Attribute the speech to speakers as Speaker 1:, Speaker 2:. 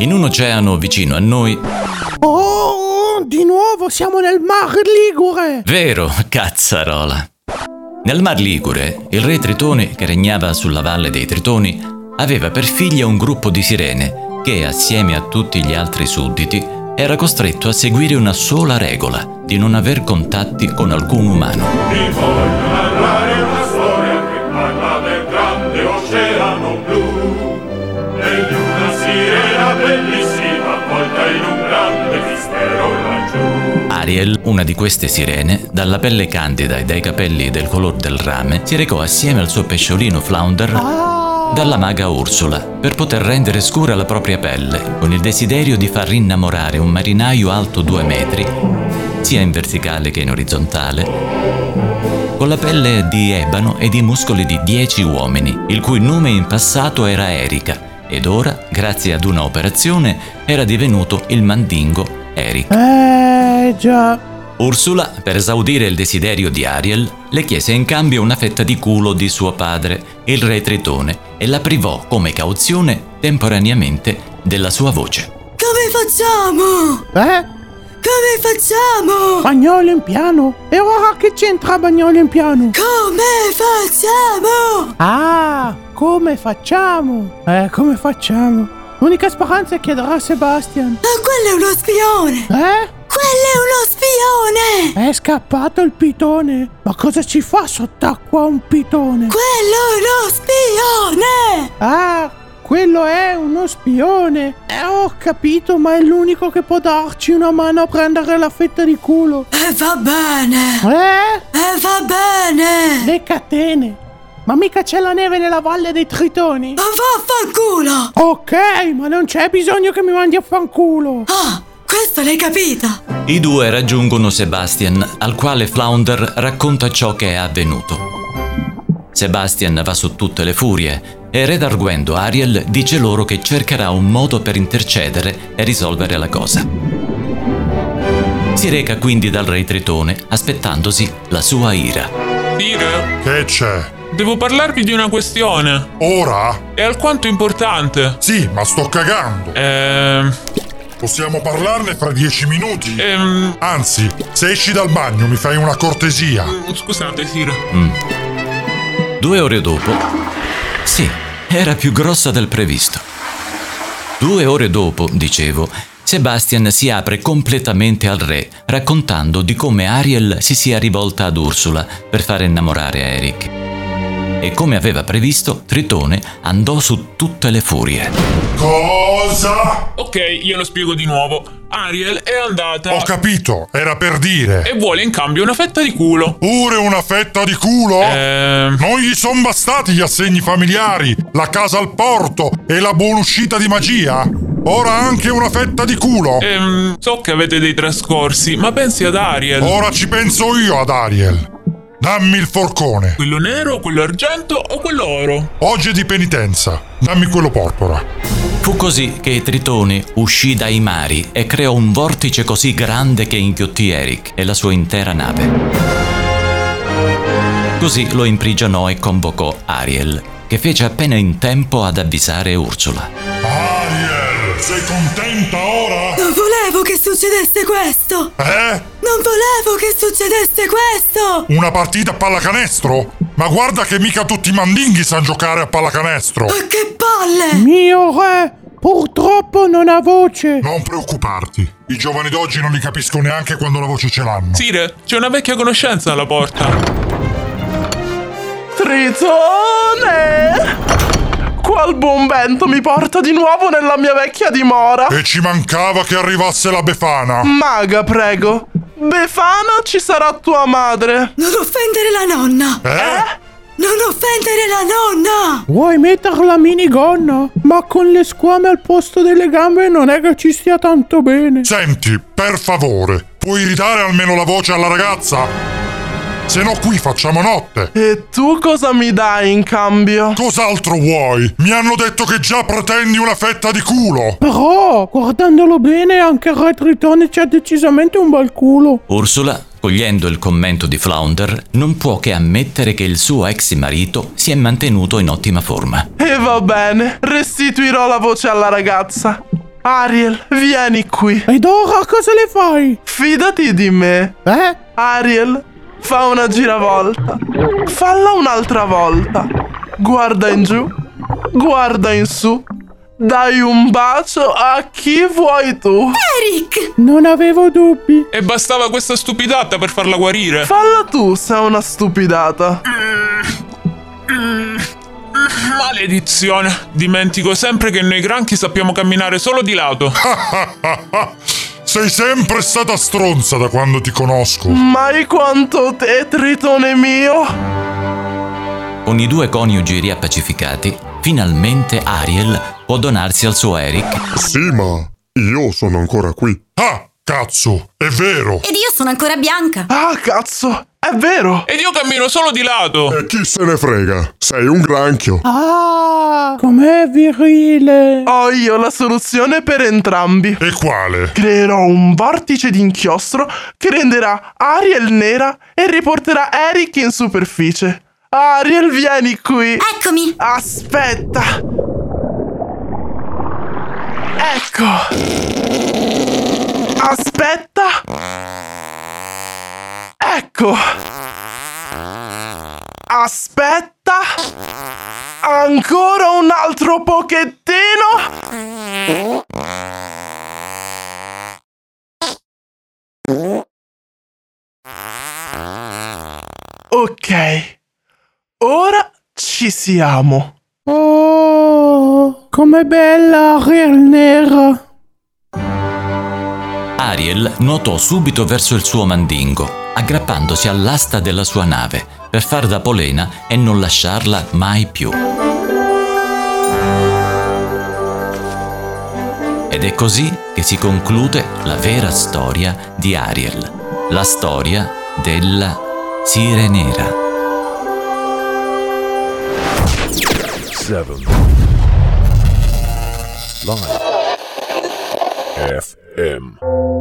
Speaker 1: In un oceano vicino a noi.
Speaker 2: Oh, di nuovo siamo nel Mar Ligure!
Speaker 1: Vero, cazzarola! Nel Mar Ligure, il re Tritone, che regnava sulla valle dei Tritoni, aveva per figlia un gruppo di sirene che, assieme a tutti gli altri sudditi, era costretto a seguire una sola regola, di non aver contatti con alcun umano.
Speaker 3: Vi voglio narrare una storia che parla del grande oceano blu e di una sirena bellissima avvolta in un grande mistero laggiù.
Speaker 1: Ariel, una di queste sirene, dalla pelle candida e dai capelli del color del rame, si recò assieme al suo pesciolino Flounder
Speaker 2: Ah,
Speaker 1: dalla maga Ursula per poter rendere scura la propria pelle, con il desiderio di far rinnamorare un marinaio alto due metri, sia in verticale che in orizzontale, con la pelle di ebano ed i muscoli di dieci uomini, il cui nome in passato era Erika, ed ora, grazie ad una operazione, era divenuto il mandingo Eric.
Speaker 2: eh già.
Speaker 1: Ursula, per esaudire il desiderio di Ariel, le chiese in cambio una fetta di culo di suo padre, il re Tritone, e la privò come cauzione temporaneamente della sua voce.
Speaker 4: Come facciamo?
Speaker 2: Eh?
Speaker 4: Come facciamo?
Speaker 2: Bagnoli in piano? E ora che c'entra Bagnoli in piano?
Speaker 4: Come facciamo?
Speaker 2: Ah, come facciamo? Eh, come facciamo? L'unica speranza è chiedere a Sebastian.
Speaker 4: Ma quello è uno spione!
Speaker 2: Eh?
Speaker 4: Quello è uno spione!
Speaker 2: È scappato il pitone. Ma cosa ci fa sott'acqua un pitone?
Speaker 4: Quello è uno spione!
Speaker 2: Ah, quello è uno spione. Eh, ho capito, ma è l'unico che può darci una mano a prendere la fetta di culo.
Speaker 4: E va bene!
Speaker 2: Eh?
Speaker 4: E va bene!
Speaker 2: Le catene. Ma mica c'è la neve nella valle dei tritoni?
Speaker 4: Ma vaffanculo!
Speaker 2: Ok, ma non c'è bisogno che mi mandi a fanculo.
Speaker 4: Ah, questo l'hai capita!
Speaker 1: I due raggiungono Sebastian, al quale Flounder racconta ciò che è avvenuto. Sebastian va su tutte le furie e redarguendo Ariel dice loro che cercherà un modo per intercedere e risolvere la cosa. Si reca quindi dal re Tritone aspettandosi la sua ira.
Speaker 5: Dire,
Speaker 6: Che c'è?
Speaker 5: devo parlarvi di una questione.
Speaker 6: Ora?
Speaker 5: È alquanto importante.
Speaker 6: Sì, ma sto cagando.
Speaker 5: Ehm,
Speaker 6: Possiamo parlarne fra dieci minuti.
Speaker 5: ehm,
Speaker 6: Anzi, se esci dal bagno mi fai una cortesia.
Speaker 5: scusate, Sir.
Speaker 1: Due ore dopo, sì, era più grossa del previsto. Due ore dopo, dicevo, Sebastian si apre completamente al re, raccontando di come Ariel si sia rivolta ad Ursula per far innamorare Eric. E come aveva previsto, Tritone andò su tutte le furie.
Speaker 6: Cosa?
Speaker 5: Ok, io lo spiego di nuovo. Ariel è andata
Speaker 6: Ho capito, era per dire.
Speaker 5: e vuole in cambio una fetta di culo.
Speaker 6: Pure una fetta di culo?
Speaker 5: Ehm,
Speaker 6: Non gli son bastati gli assegni familiari, la casa al porto e la buonuscita di magia? Ora anche una fetta di culo?
Speaker 5: ehm, so che avete dei trascorsi, ma pensi ad Ariel.
Speaker 6: Ora ci penso io ad Ariel. Dammi il forcone.
Speaker 5: Quello nero, quello argento o quello oro?
Speaker 6: Oggi è di penitenza. Dammi quello porpora.
Speaker 1: Fu così che Tritone uscì dai mari e creò un vortice così grande che inghiottì Eric e la sua intera nave. Così lo imprigionò e convocò Ariel, che fece appena in tempo ad avvisare Ursula.
Speaker 6: Ariel, sei contenta ora?
Speaker 4: Non volevo che succedesse questo!
Speaker 6: Eh?
Speaker 4: Non volevo che succedesse questo!
Speaker 6: Una partita a pallacanestro? Ma guarda che mica tutti i mandinghi sanno giocare a pallacanestro.
Speaker 4: Ma che palle!
Speaker 2: Mio re, purtroppo non ha voce.
Speaker 6: Non preoccuparti. I giovani d'oggi non li capisco neanche quando la voce ce l'hanno.
Speaker 5: Sir, c'è una vecchia conoscenza alla porta.
Speaker 7: Tritone! Qual buon vento mi porta di nuovo nella mia vecchia dimora?
Speaker 6: E ci mancava che arrivasse la Befana.
Speaker 2: Mm.
Speaker 7: Maga, prego. Befana ci sarà tua madre.
Speaker 4: Non offendere la nonna!
Speaker 6: Eh?
Speaker 4: Non offendere la nonna!
Speaker 2: Vuoi mettere la minigonna? Ma con le squame al posto delle gambe non è che ci stia tanto bene.
Speaker 6: Senti, per favore, puoi ridare almeno la voce alla ragazza? Se no qui facciamo notte.
Speaker 7: E tu cosa mi dai in cambio?
Speaker 6: Cos'altro vuoi? Mi hanno detto che già pretendi una fetta di culo.
Speaker 2: Però, guardandolo bene, anche il re Tritone c'ha decisamente un bel culo.
Speaker 1: Ursula, cogliendo il commento di Flounder, non può che ammettere che il suo ex marito si è mantenuto in ottima forma.
Speaker 7: E va bene, restituirò la voce alla ragazza. Ariel, vieni qui.
Speaker 2: Ed ora cosa le fai?
Speaker 7: Fidati di me.
Speaker 2: Eh?
Speaker 7: Ariel, fa una giravolta. Falla un'altra volta. Guarda in giù. Guarda in su. Dai un bacio a chi vuoi tu.
Speaker 4: Eric!
Speaker 2: Non avevo dubbi.
Speaker 5: E bastava questa stupidata per farla guarire.
Speaker 7: Falla tu, sei una stupidata.
Speaker 5: Maledizione. Dimentico sempre che noi granchi sappiamo camminare solo di lato.
Speaker 6: Sei sempre stata stronza da quando ti conosco.
Speaker 7: Mai quanto te, tritone mio.
Speaker 1: Con i due coniugi riappacificati, finalmente Ariel può donarsi al suo Eric.
Speaker 8: Sì, ma io sono ancora qui.
Speaker 6: Ah, cazzo, è vero.
Speaker 4: Ed io sono ancora bianca.
Speaker 7: Ah, cazzo, è vero.
Speaker 5: Ed io cammino solo di lato.
Speaker 8: E chi se ne frega? Sei un granchio.
Speaker 2: Ah, com'è virile.
Speaker 7: Ho io la soluzione per entrambi.
Speaker 6: E quale?
Speaker 7: Creerò un vortice d'inchiostro che renderà Ariel nera e riporterà Eric in superficie. Ariel, vieni qui.
Speaker 4: Eccomi!
Speaker 7: Aspetta. Ecco. Aspetta. Ecco. Aspetta. Ancora un altro pochettino. Ok. Ora ci siamo.
Speaker 2: Oh, com'è bella Ariel nera.
Speaker 1: Ariel nuotò subito verso il suo mandingo, aggrappandosi all'asta della sua nave per far da polena e non lasciarla mai più. Ed è così che si conclude la vera storia di Ariel, la storia della Sirenera.
Speaker 9: seven. Live. FM.